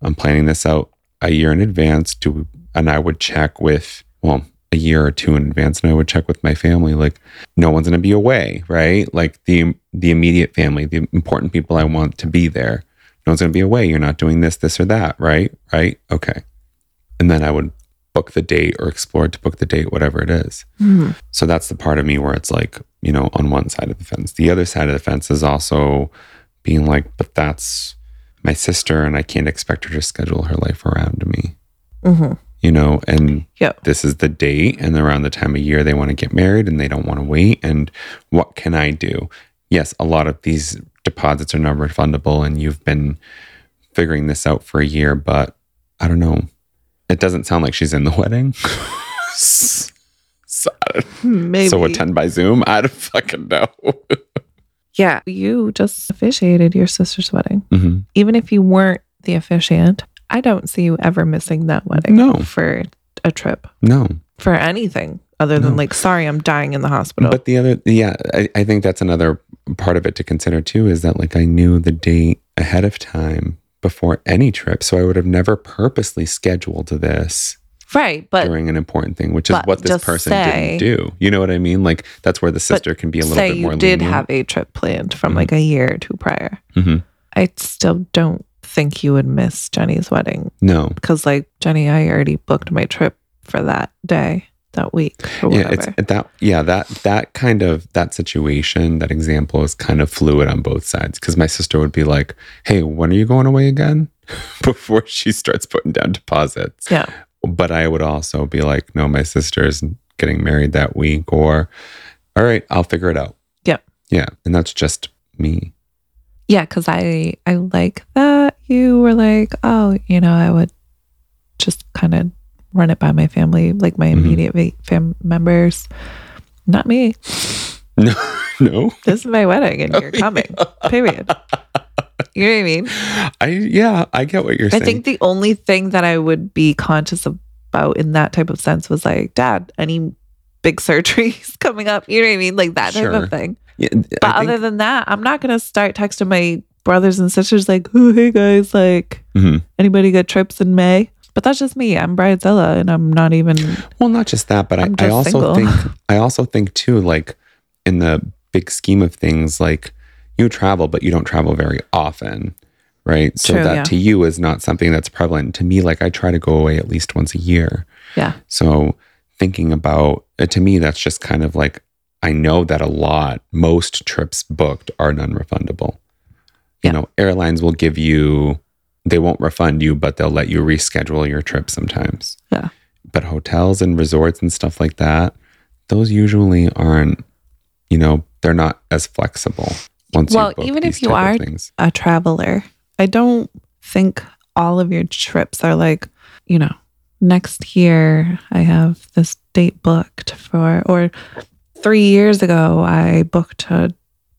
D: I'm planning this out a year in advance to and I would check with well, a year or two in advance and I would check with my family like no one's going to be away, right? Like the the immediate family, the important people I want to be there. No one's going to be away. You're not doing this this or that, right? Right? Okay. And then I would book the date or explore to book the date, whatever it is.
B: Hmm.
D: So that's the part of me where it's like, you know, on one side of the fence. The other side of the fence is also being like, but that's my sister and I can't expect her to schedule her life around me,
B: Mhm.
D: you know, and
B: Yep.
D: this is the date and around the time of year they want to get married and they don't want to wait. And what can I do? Yes, a lot of these deposits are not refundable and you've been figuring this out for a year, but I don't know. It doesn't sound like she's in the wedding. so,
B: Maybe.
D: so attend by Zoom. I don't fucking know.
B: yeah. You just officiated your sister's wedding.
D: hmm
B: Even if you weren't the officiant, I don't see you ever missing that wedding
D: No.
B: for a trip,
D: No.
B: for anything other than
D: No.
B: like, sorry, I'm dying in the hospital.
D: But the other, yeah, I, I think that's another part of it to consider too is that like I knew the date ahead of time before any trip. So I would have never purposely scheduled this
B: right. But
D: during an important thing, which is
B: but
D: what this
B: just
D: person didn't
B: say-
D: do. You know what I mean? Like that's where the sister can be a little
B: say
D: bit more
B: you did
D: lenient.
B: have a trip planned from
D: Mhm.
B: like a year or two prior.
D: Mhm.
B: I still don't think you would miss Jenny's wedding
D: no.
B: because like Jenny, I already booked my trip for that day, that week, or
D: Yeah,
B: whatever.
D: it's that yeah, that that kind of that situation, that example is kind of fluid on both sides cuz my sister would be like, "Hey, when are you going away again?" before she starts putting down deposits.
B: yeah,
D: but I would also be like, no, my sister's getting married that week, or all right, I'll figure it out.
B: Yeah.
D: Yeah. And that's just me.
B: yeah, because I I like that you were like, oh, you know, I would just kind of run it by my family, like my
D: Mhm.
B: immediate va- fam members. Not me.
D: No, no.
B: This is my wedding, and
D: Oh,
B: you're coming. Period. You know what I mean?
D: I, yeah, I get what you're
B: I
D: saying.
B: think the only thing that I would be conscious about in that type of sense was like, Dad, any big surgeries coming up? You know what I mean? Like that type
D: Sure.
B: of thing.
D: Yeah,
B: But
D: I
B: other
D: think-
B: than that, I'm not gonna start texting my brothers and sisters like, "Oh, hey guys, like,
D: Mhm.
B: anybody got trips in May?" But that's just me. I'm Bridezilla, and I'm not even.
D: well, not just that, but I,
B: I'm
D: I
B: just
D: also
B: single.
D: think, I also think too, like in the big scheme of things, like, you travel, but you don't travel very often, right? So
B: True,
D: that
B: yeah.
D: to you is not something that's prevalent. To me, like I try to go away at least once a year.
B: Yeah.
D: So thinking about uh, to me, that's just kind of like I know that a lot, most trips booked are non-refundable. You
B: Yeah.
D: know, airlines will give you they won't refund you, but they'll let you reschedule your trip sometimes.
B: Yeah.
D: But hotels and resorts and stuff like that, those usually aren't, you know, they're not as flexible. Once
B: Well,
D: you book
B: even
D: these
B: if you
D: type of
B: are-
D: things.
B: a traveler. I don't think all of your trips are like, you know, next year I have this date booked for, or three years ago I booked a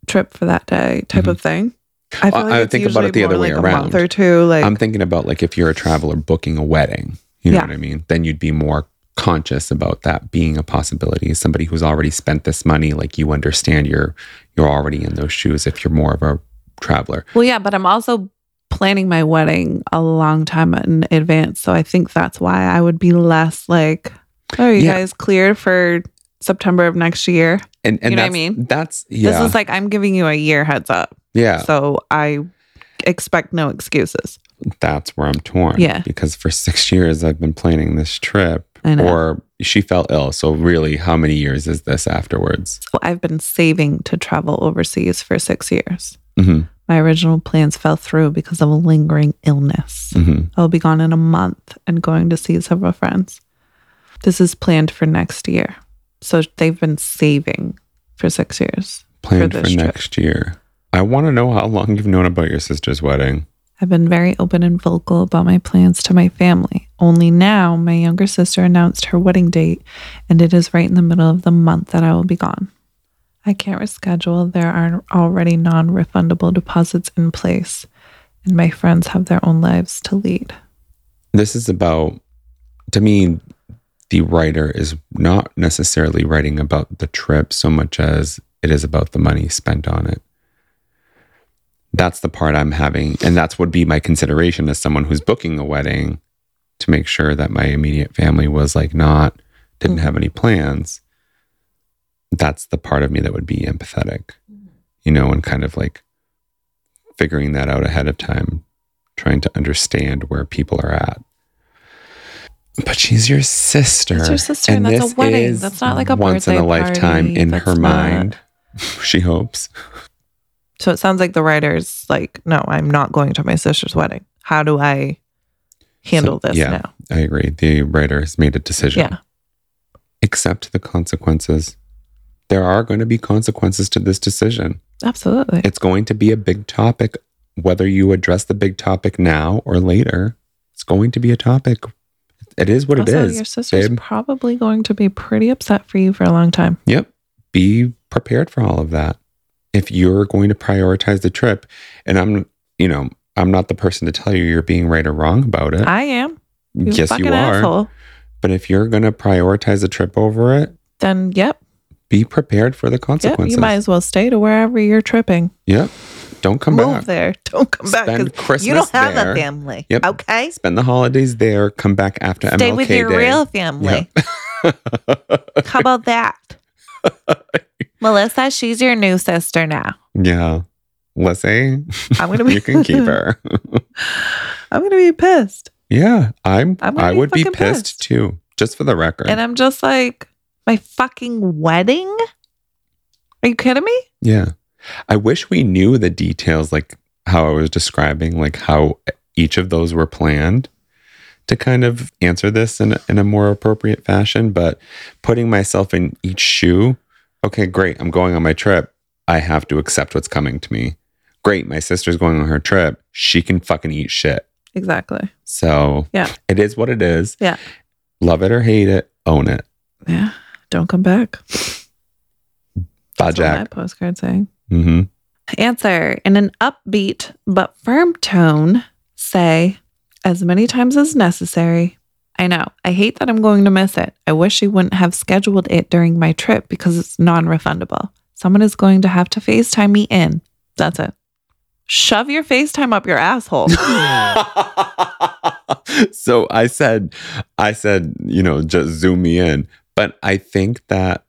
B: trip for that day type of thing. I
D: Mm-hmm. Well, I would think about it
B: usually
D: the other
B: more
D: way
B: like A month
D: around.
B: or two, like
D: I'm thinking about like if you're a traveler booking a wedding, you know
B: Yeah.
D: what I mean? Then you'd be more conscious about that being a possibility. As Somebody who's already spent this money, like you understand you're you're already in those shoes if you're more of a traveler.
B: Well, yeah, but I'm also planning my wedding a long time in advance. So I think that's why I would be less like, oh, you
D: Yeah.
B: guys cleared for September of next year?
D: And and
B: You know what I
D: that's,
B: mean?
D: that's yeah.
B: This is like, I'm giving you a year heads up.
D: yeah.
B: So I expect no excuses.
D: that's where I'm torn.
B: Yeah.
D: Because for six years I've been planning this trip.
B: I know.
D: Or she fell ill. So really, how many years is this afterwards?
B: So I've been saving to travel overseas for six years.
D: hmm
B: My original plans fell through because of a lingering illness.
D: hmm
B: I'll be gone in a month and going to see several friends. This is planned for next year. So they've been saving for six years.
D: Planned for,
B: this trip.
D: next year. I want to know how long you've known about your sister's wedding.
B: I've been very open and vocal about my plans to my family. Only now, my younger sister announced her wedding date, and it is right in the middle of the month that I will be gone. I can't reschedule. There are already non refundable deposits in place, and my friends have their own lives to lead.
D: This is about, to me, the writer is not necessarily writing about the trip so much as it is about the money spent on it. That's the part I'm having. And that's would be my consideration as someone who's booking a wedding to make sure that my immediate family was like not, didn't
B: Mm.
D: have any plans. That's the part of me that would be empathetic, you know, and kind of like figuring that out ahead of time, trying to understand where people are at. But she's your sister.
B: It's your sister, and that's a
D: this
B: wedding.
D: is
B: That's not like a
D: once in a
B: birthday
D: lifetime
B: party.
D: in
B: That's
D: her
B: not-
D: mind. She hopes.
B: So it sounds like the writer's like, no, I'm not going to my sister's wedding. How do I handle
D: So-
B: this
D: yeah.
B: now?
D: I agree. The writer has made a decision.
B: Yeah.
D: Accept the consequences. There are going to be consequences to this decision.
B: Absolutely.
D: It's going to be a big topic, whether you address the big topic now or later. It's going to be a topic. It is what
B: also,
D: it is.
B: Your sister's
D: babe.
B: probably going to be pretty upset for you for a long time.
D: Yep. Be prepared for all of that. If you're going to prioritize the trip, and I'm, you know, I'm not the person to tell you you're being right or wrong about it.
B: I am. You
D: yes,
B: fucking
D: you are.
B: asshole.
D: But if you're going to prioritize the trip over it,
B: Then yep,
D: be prepared for the
B: yep.
D: consequences.
B: You might as well stay to wherever you're tripping.
D: Yep. Don't come
B: Move
D: back.
B: there. Don't come back. 'cause
D: Spend Christmas
B: you don't have
D: there.
B: a family.
D: Yep.
B: Okay.
D: Spend the holidays there. Come back after
B: stay
D: MLK
B: with your
D: Day.
B: real family.
D: Yep.
B: How about that? Melissa, she's your new sister now.
D: yeah. Lissy,
B: I'm gonna be
D: you can keep her.
B: I'm gonna be pissed.
D: yeah, I'm.
B: I'm gonna
D: I
B: be
D: would be
B: fucking
D: pissed,
B: pissed.
D: too. Just for the record.
B: And I'm just like, my fucking wedding? Are you kidding me?
D: Yeah. I wish we knew the details, like how I was describing, like how each of those were planned to kind of answer this in, in a more appropriate fashion. But putting myself in each shoe, okay, great, I'm going on my trip. I have to accept what's coming to me. Great, my sister's going on her trip. She can fucking eat shit.
B: Exactly.
D: So
B: Yeah.
D: it is what it is.
B: Yeah.
D: Love it or hate it, own it.
B: Yeah. Don't come back.
D: Bye,
B: That's what my
D: Jack.
B: postcard saying.
D: Mm-hmm.
B: Answer in an upbeat but firm tone, say as many times as necessary. I know. I hate that I'm going to miss it. I wish she wouldn't have scheduled it during my trip because it's non refundable. Someone is going to have to FaceTime me in. That's it. Shove your FaceTime up your asshole.
D: so I said, I said, you know, just zoom me in. But I think that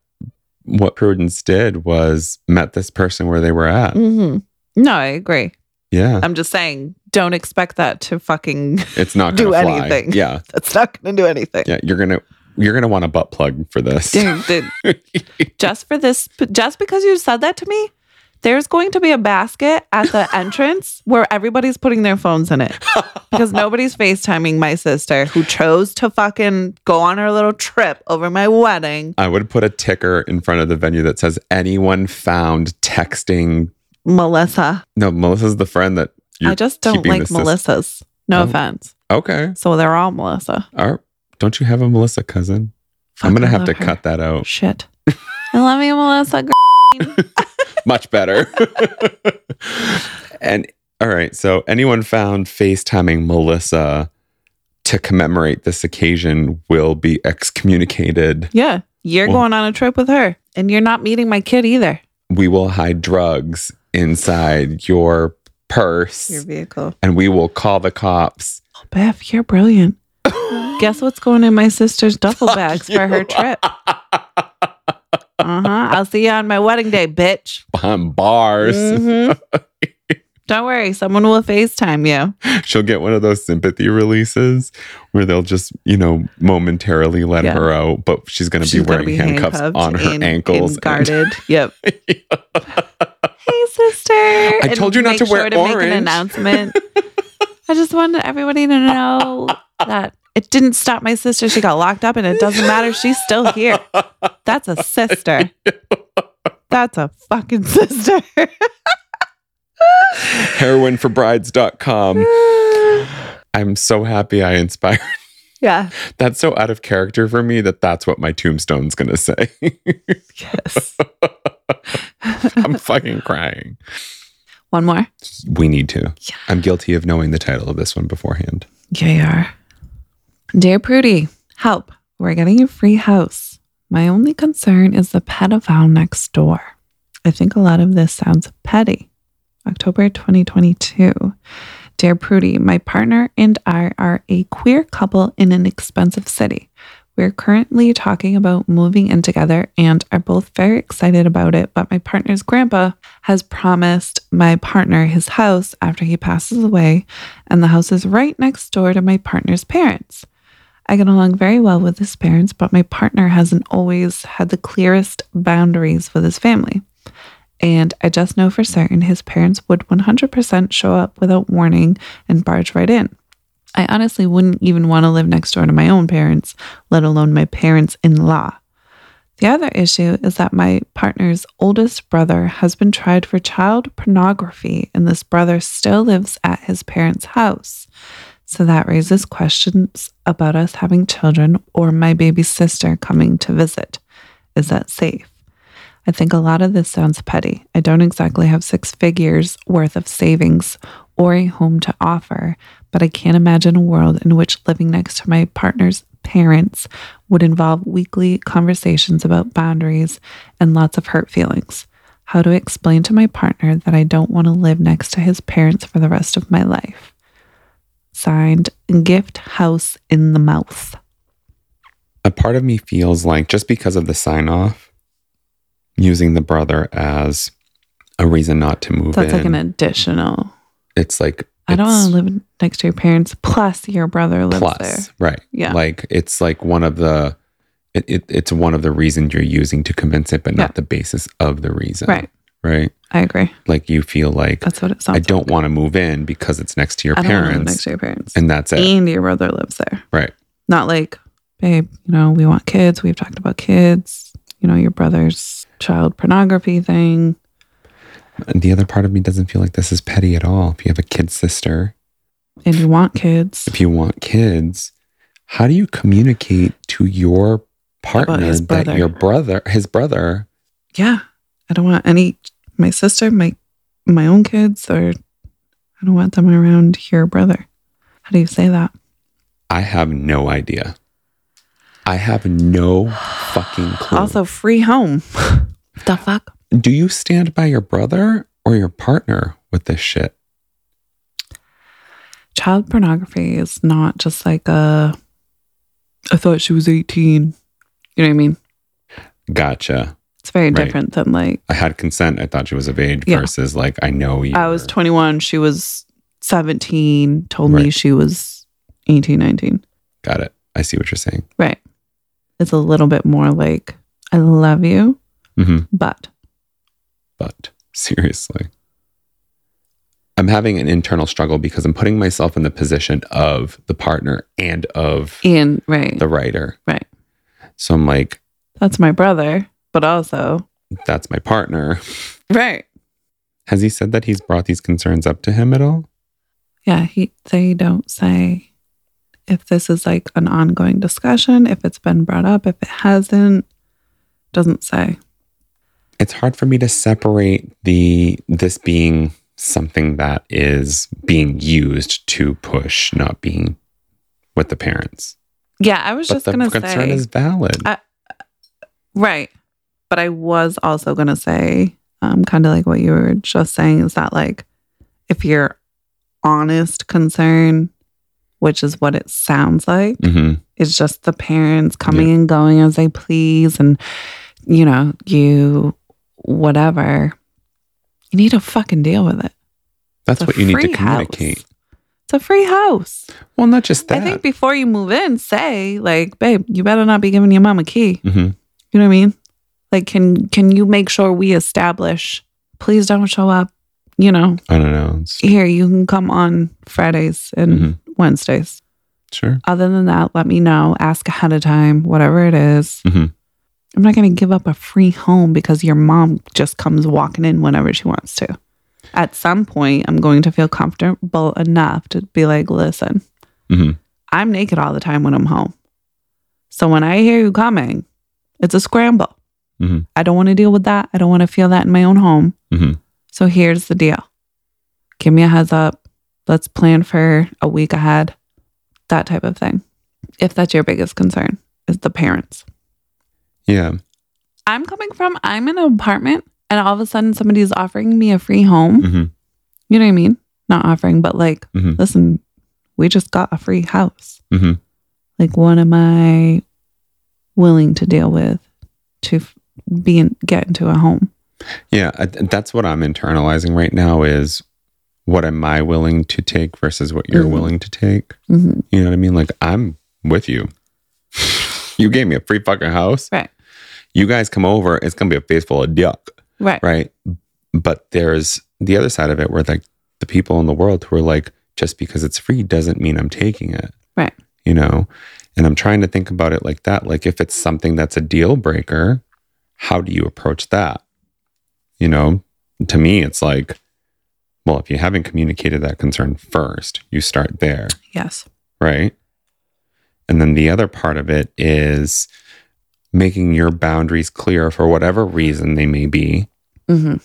D: what Prudence did was met this person where they were at.
B: hmm No, I agree.
D: Yeah.
B: I'm just saying, don't expect that to fucking.
D: It's not
B: do
D: gonna fly.
B: anything.
D: Yeah.
B: That's not going to do anything.
D: Yeah. You're gonna you're gonna want a butt plug for this.
B: Dude, dude, just for this, just because you said that to me, there's going to be a basket at the entrance where everybody's putting their phones in it because nobody's FaceTiming my sister who chose to fucking go on her little trip over my wedding.
D: I would put a ticker in front of the venue that says anyone found texting.
B: Melissa.
D: No, Melissa's the friend that you're
B: I just don't
D: keeping
B: like
D: this as-
B: Melissas. No
D: Oh.
B: offense.
D: Okay.
B: So they're all Melissa.
D: All right. Don't you have a Melissa cousin? I'm
B: Fuck,
D: gonna
B: I
D: have
B: love
D: to
B: her.
D: cut that out.
B: Shit. I love you, Melissa. girl.
D: Much better. and all right, so anyone found FaceTiming Melissa to commemorate this occasion will be excommunicated.
B: Yeah. You're
D: Well-
B: going on a trip with her and you're not meeting my kid either.
D: We will hide drugs inside your purse
B: Your vehicle.
D: and we will call the cops.
B: Oh, Beth, you're brilliant. Guess what's going in my sister's duffel bags for her trip? Uh huh. I'll see you on my wedding day, bitch.
D: Behind bars.
B: Mhm. Don't worry, someone will FaceTime you.
D: She'll get one of those sympathy releases where they'll just, you know, momentarily let
B: Yeah.
D: her out, but she's going to be
B: She's gonna
D: wearing handcuffs
B: handcuffed
D: on her
B: and-
D: ankles.
B: and
D: and-
B: guarded. yep. Hey, sister. I
D: told you not to wear
B: Make
D: orange.
B: an announcement. I just wanted everybody to know that it didn't stop my sister. She got locked up, and it doesn't matter. She's still here. That's a sister. That's a fucking sister.
D: heroinforbrides.com. I'm so happy I inspired.
B: yeah.
D: That's so out of character for me that that's what my tombstone's going to say.
B: Yes.
D: I'm fucking crying.
B: One more.
D: We need to. I'm guilty of knowing the title of this one beforehand.
B: JR. Dear Prudy, help. We're getting a free house. My only concern is the pedophile next door. I think a lot of this sounds petty. October 2022. Dear Prudy, my partner and I are a queer couple in an expensive city. We're currently talking about moving in together and are both very excited about it, but my partner's grandpa has promised my partner his house after he passes away and the house is right next door to my partner's parents. I get along very well with his parents, but my partner hasn't always had the clearest boundaries with his family. And I just know for certain his parents would 100% show up without warning and barge right in. I honestly wouldn't even want to live next door to my own parents, let alone my parents in law. The other issue is that my partner's oldest brother has been tried for child pornography, and this brother still lives at his parents' house. So that raises questions about us having children or my baby sister coming to visit. Is that safe? I think a lot of this sounds petty. I don't exactly have six figures worth of savings or a home to offer, but I can't imagine a world in which living next to my partner's parents would involve weekly conversations about boundaries and lots of hurt feelings. How to explain to my partner that I don't want to live next to his parents for the rest of my life. Signed, Gift House in the Mouth.
D: A part of me feels like just because of the sign off, using the brother as a reason not to move
B: That's
D: in.
B: like an additional.
D: it's like
B: I don't
D: it's-
B: want to live next to your parents, plus your brother lives there.
D: right
B: Yeah.
D: like it's like one of the it, it, it's one of the reasons you're using to convince it but not
B: Yeah.
D: the basis of the reason
B: Right.
D: right
B: I agree.
D: like you feel like
B: That's what it sounds
D: i don't want to move in because it's next to your
B: like. I don't want to live
D: parents
B: next to your parents.
D: and that's it
B: and your brother lives there.
D: right
B: Not like, babe, you know, we want kids. We've talked about kids. You know, your brother's child pornography thing.
D: and the other part of me doesn't feel like this is petty at all if you have a kid sister
B: And you want kids.
D: if you want kids how do you communicate to your partner
B: his
D: that
B: brother?
D: your brother his brother
B: Yeah. I don't want any my sister, my my own kids, or I don't want them around your brother. How do you say that?
D: i have no idea i have no fucking clue
B: Also free home. the fuck?
D: Do you stand by your brother or your partner with this shit?
B: Child pornography is not just like a I thought she was eighteen. You know what I mean?
D: Gotcha.
B: It's very
D: Right.
B: different than like
D: I had consent. I thought she was of age
E: Yeah.
D: versus like I know you.
B: I was 21, she was 17, told me
D: Right.
B: she was 18, 19.
D: Got it. I see what you're saying.
B: Right. It's a little bit more like, I love you,
D: hmm
B: but
D: But seriously, I'm having an internal struggle because I'm putting myself in the position of the partner and of
B: and right.
D: the writer.
B: Right.
D: So I'm like,
B: That's my brother, but also
D: that's my partner.
B: right.
D: Has he said that he's brought these concerns up to him at all?
B: Yeah, he they don't say if this is like an ongoing discussion, if it's been brought up, if it hasn't, doesn't say.
D: it's hard for me to separate the this being something that is being used to push not being with the parents.
B: Yeah, I was just
D: the
B: gonna
D: concern
B: say
D: is valid.
B: I- right, but I was also gonna say, um, kind of like what you were just saying is that like if your honest concern, which is what it sounds like,
D: Mhm.
B: It's just the parents coming and going as they please. And, you know, you, whatever. You need to fucking deal with it.
D: That's
B: It's a
D: what you need to
B: free
D: communicate.
B: house. It's a free house.
D: Well, not just that.
B: I think before you move in, say, like, babe, you better not be giving your mom a key.
D: Mhm.
B: You know what I mean? Like, can can you make sure we establish, please don't show up, you know,
D: I don't know. It's-
B: here, you can come on Fridays and
D: Mhm.
B: Wednesdays.
D: Sure.
B: other than that, let me know. Ask ahead of time, whatever it is.
D: Mhm.
B: I'm not going to give up a free home because your mom just comes walking in whenever she wants to. At some point, I'm going to feel comfortable enough to be like, listen,
D: Mhm.
B: I'm naked all the time when I'm home. So when I hear you coming, it's a scramble.
D: Mhm.
B: I don't want to deal with that. I don't want to feel that in my own home.
D: Mhm.
B: So here's the deal give me a heads up. Let's plan for a week ahead, that type of thing. If that's your biggest concern, is the parents.
D: Yeah.
B: I'm coming from, I'm in an apartment and all of a sudden somebody's offering me a free home.
D: Mhm.
B: You know what I mean? Not offering, but like,
D: Mhm.
B: listen, we just got a free house.
D: Mhm.
B: Like, what am I willing to deal with to f- be in, get into a home?
D: Yeah, I- that's what I'm internalizing right now is what am I willing to take versus what you're
B: Mhm.
D: willing to take?
B: Mhm.
D: You know what I mean? Like I'm with you. you gave me a free fucking house.
B: Right.
D: You guys come over, it's gonna be a face full of duck.
B: Right.
D: Right. But there's the other side of it where like the people in the world who are like, just because it's free doesn't mean I'm taking it.
B: Right.
D: You know? And I'm trying to think about it like that. Like if it's something that's a deal breaker, how do you approach that? You know, to me it's like, well, if you haven't communicated that concern first, you start there
B: Yes.
D: right? And then the other part of it is making your boundaries clear for whatever reason they may be.
B: hmm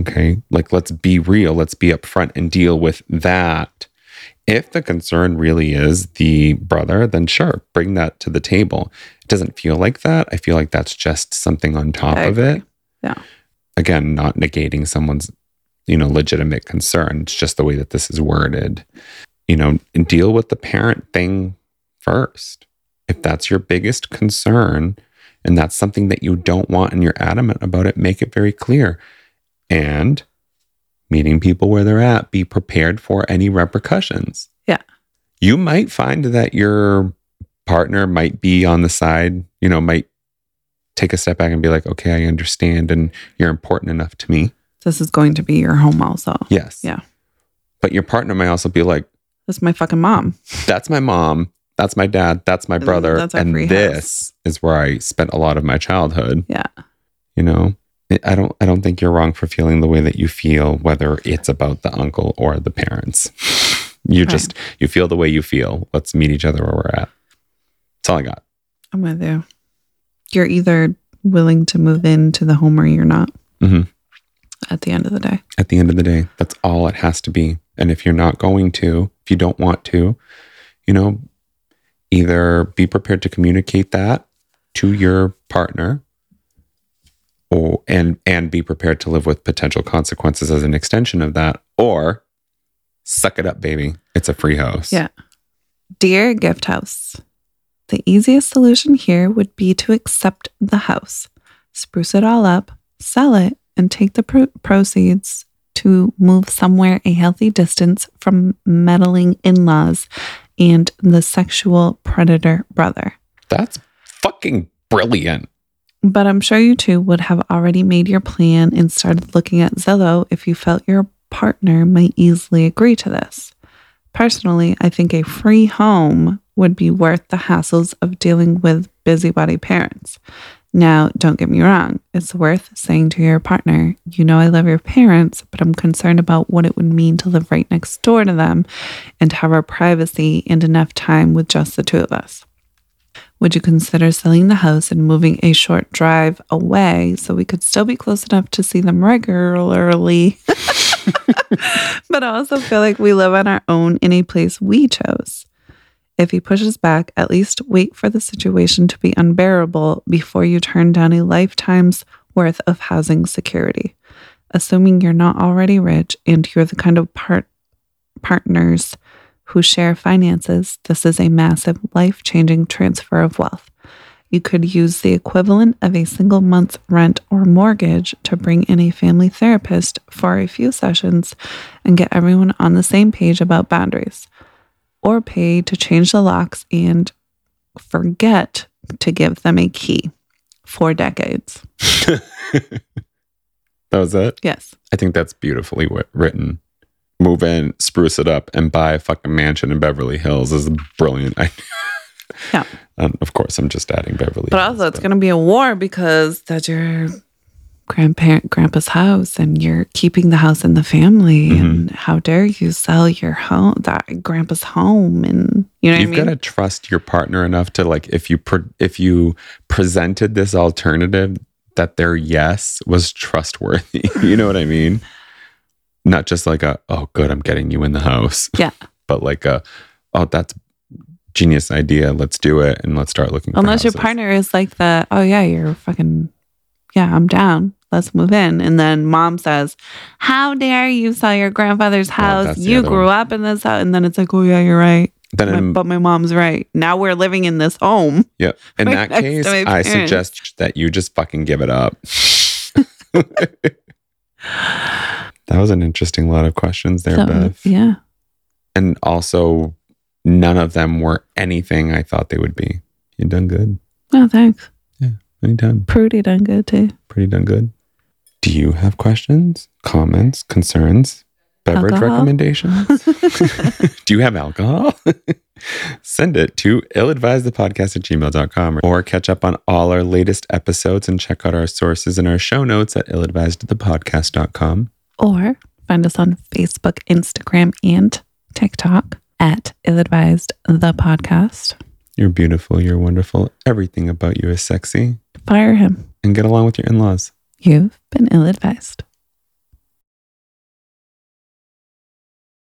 D: Okay. Like, let's be real, let's be upfront and deal with that. If the concern really is the brother, then sure, bring that to the table. It doesn't feel like that. I feel like that's just something on top
B: I
D: of
B: agree.
D: it.
B: Yeah.
D: Again, not negating someone's, you know, legitimate concern. It's just the way that this is worded. You know, and deal with the parent thing first. If that's your biggest concern and that's something that you don't want and you're adamant about it, make it very clear. And meeting people where they're at, be prepared for any repercussions.
B: Yeah.
D: You might find that your partner might be on the side, you know, might take a step back and be like, okay, I understand and you're important enough to me.
B: This is going to be your home also.
D: Yes.
B: Yeah.
D: But your partner might also be like,
B: That's my fucking mom.
D: that's my mom, that's my dad, that's my
B: And
D: brother,
B: Mm, that's our
D: and
B: free
D: this
B: house."
D: is where I spent a lot of my childhood.
B: Yeah.
D: You know, I- I don't I don't think you're wrong for feeling the way that you feel whether it's about the uncle or the parents. You
B: Right.
D: just you feel the way you feel. Let's meet each other where we're at. That's all I got.
B: I'm with you. You're either willing to move into the home or you're not.
D: Mhm.
B: At the end of the day,
D: At the end of the day, that's all it has to be. And if you're not going to, if you don't want to, you know, either be prepared to communicate that to your partner or and and be prepared to live with potential consequences as an extension of that or suck it up baby. It's a free house.
B: Yeah. dear gift house, the easiest solution here would be to accept the house. spruce it all up, sell it, and take the pro- proceeds to move somewhere a healthy distance from meddling in laws and the sexual predator brother.
D: That's fucking brilliant.
B: But I'm sure you two would have already made your plan and started looking at Zillow if you felt your partner might easily agree to this. Personally, I think a free home would be worth the hassles of dealing with busybody parents. Now, don't get me wrong, it's worth saying to your partner, you know, I love your parents, but I'm concerned about what it would mean to live right next door to them and have our privacy and enough time with just the two of us. Would you consider selling the house and moving a short drive away so we could still be close enough to see them regularly, but also feel like we live on our own in a place we chose? If he pushes back, at least wait for the situation to be unbearable before you turn down a lifetime's worth of housing security. Assuming you're not already rich and you're the kind of part- partners who share finances, this is a massive life changing transfer of wealth. You could use the equivalent of a single month's rent or mortgage to bring in a family therapist for a few sessions and get everyone on the same page about boundaries, or pay to change the locks and forget to give them a key for decades.
D: that was it.
B: Yes.
D: I think that's beautifully w- written. Move in, spruce it up, and buy a fucking mansion in Beverly Hills is a brilliant. idea.
B: Yeah.
D: Um, of course, I'm just adding Beverly.
B: But
D: Hills,
B: also, it's going to be a war because that's your grandparent, grandpa's house, and you're keeping the house in the family.
D: Mm-hmm.
B: And how dare you sell your home, that grandpa's home? And you know what
D: You've
B: I mean?
D: got to trust your partner enough to like if you pre- if you presented this alternative that their yes was trustworthy. you know what I mean? Not just like a oh good I'm getting you in the house.
B: Yeah.
D: But like a oh that's genius idea. Let's do it and let's start looking. for
B: Unless your
D: houses."
B: partner is like the, oh, yeah, you're fucking, yeah, I'm down. Let's move in. And then mom says, How dare you sell your grandfather's house?
D: that's the
B: you
D: other
B: grew up in this house. And then it's like, Oh, yeah, you're right.
D: then
B: My-
D: in,
B: but my mom's right. Now we're living in this home.
D: yeah in
B: right
D: that
B: next to
D: case
B: my
D: I
B: parents.
D: suggest that you just fucking give it up. that was an interesting lot of questions there,
B: So,
D: Beth.
B: yeah.
D: and also none of them were anything I thought they would be. You done good.
B: Oh, thanks.
D: Pretty done.
B: Prudy done good too.
D: Pretty done good. Do you have questions, comments, concerns, beverage
B: Alcohol?
D: recommendations? Do you have alcohol? Send it to illadvisedthepodcast at gmail.com or catch up on all our latest episodes and check out our sources and our show notes at illadvisedthepodcast.com.
B: Or find us on Facebook, Instagram, and TikTok at Ill Advised the Podcast.
D: You're beautiful. You're wonderful. Everything about you is sexy.
B: Fire him.
D: And get along with your in laws.
B: You've been ill advised.